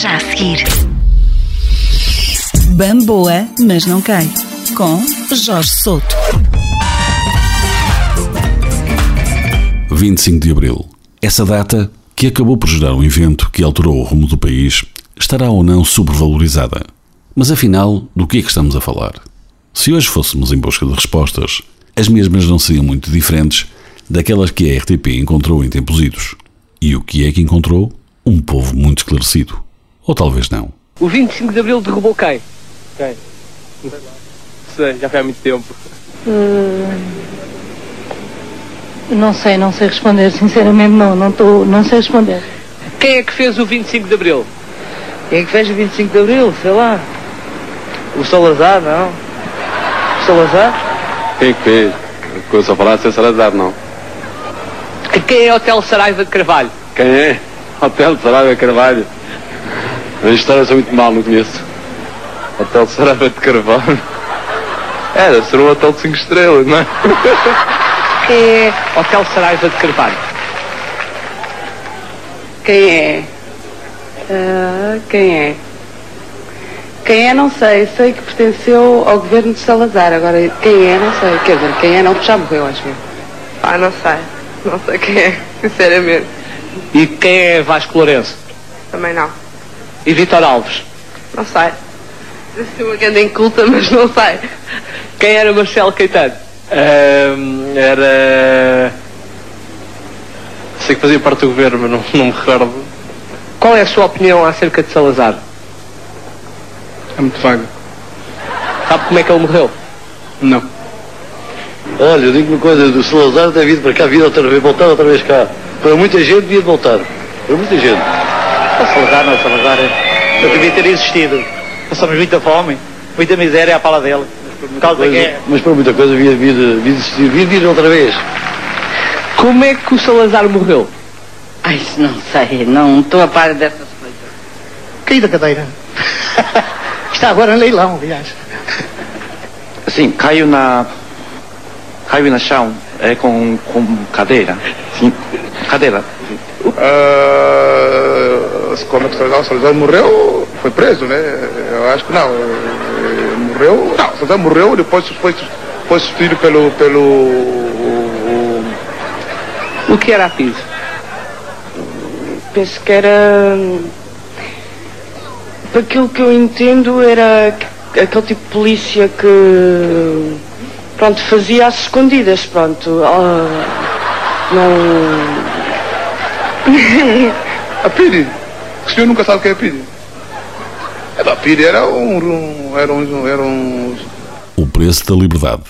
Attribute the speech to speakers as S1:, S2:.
S1: já a seguir.
S2: Bamboa, mas não cai. Com Jorge Souto.
S3: 25 de Abril. Essa data, que acabou por gerar um evento que alterou o rumo do país, estará ou não sobrevalorizada. Mas afinal, do que é que estamos a falar? Se hoje fôssemos em busca de respostas, as mesmas não seriam muito diferentes daquelas que a RTP encontrou em tempos idos. E o que é que encontrou? Um povo muito esclarecido. Ou talvez não.
S4: O 25 de Abril derrubou quem?
S5: Quem? Sei, já foi há muito tempo.
S6: Não sei, não sei responder, sinceramente não, não, tô, não sei responder.
S4: Quem é que fez o 25 de Abril?
S7: Quem é que fez o 25 de Abril? Sei lá. O Salazar, não? O Salazar?
S5: Quem que fez? Ficou só a falar sem Salazar, não.
S4: Quem é Hotel Saraiva de Carvalho?
S5: Quem é? Hotel de Saraiva de Carvalho. As histórias são muito mal, não conheço. Hotel de Saraiva de Carvalho. É, deve ser um hotel de 5 estrelas, não é?
S4: Quem é Hotel Saraiva de Carvalho?
S8: Quem é? Ah, quem é? Quem é, não sei. Sei que pertenceu ao governo de Salazar. Agora, quem é, não sei. Quer dizer, quem é, não, porque já morreu, acho eu. Ah, não sei. Não sei quem é, sinceramente.
S4: E quem é Vasco Lourenço?
S8: Também não.
S4: E Vitor Alves?
S8: Não sei. Eu sou é uma grande inculta, mas não sei.
S4: Quem era Marcelo Caetano?
S5: era. Sei que fazia parte do governo, mas não, não me recordo.
S4: Qual é a sua opinião acerca de Salazar?
S5: É muito vago.
S4: Sabe como é que ele morreu?
S5: Não.
S9: Olha, eu digo uma coisa, o Salazar deve vir para cá, vir outra vez, voltar outra vez cá. Para muita gente devia de voltar. Para muita gente.
S7: O Salazar, não, o Salazar. Eu devia ter existido. Passamos muita fome, muita miséria à pala dele. Por causa é da
S4: é
S7: guerra.
S9: Mas para muita coisa devia vir, vir desistir, vir vir outra vez.
S4: Como é que o Salazar morreu?
S10: Ai, isso não sei, não estou a par dessas coisas.
S7: Caí da cadeira. Está agora em leilão, aliás.
S11: Sim, caiu na. Caiu no chão é, com, com cadeira. Sim, cadeira.
S12: Ah, como é que o Salazar, o Salazar morreu, foi preso, né? Eu acho que não. Eh, Morreu, não, o Salazar morreu, depois foi, foi substituído pelo, pelo
S4: O que era a PIS?
S8: Penso que era. hum, para Aquilo que eu entendo era que- aquele tipo de polícia que. Pronto, fazia às escondidas, pronto. Ah, não.
S12: A Piri, o senhor nunca sabe quem é a Piri. É, Era, a Piri era um, um- era um, era um
S3: O preço da liberdade.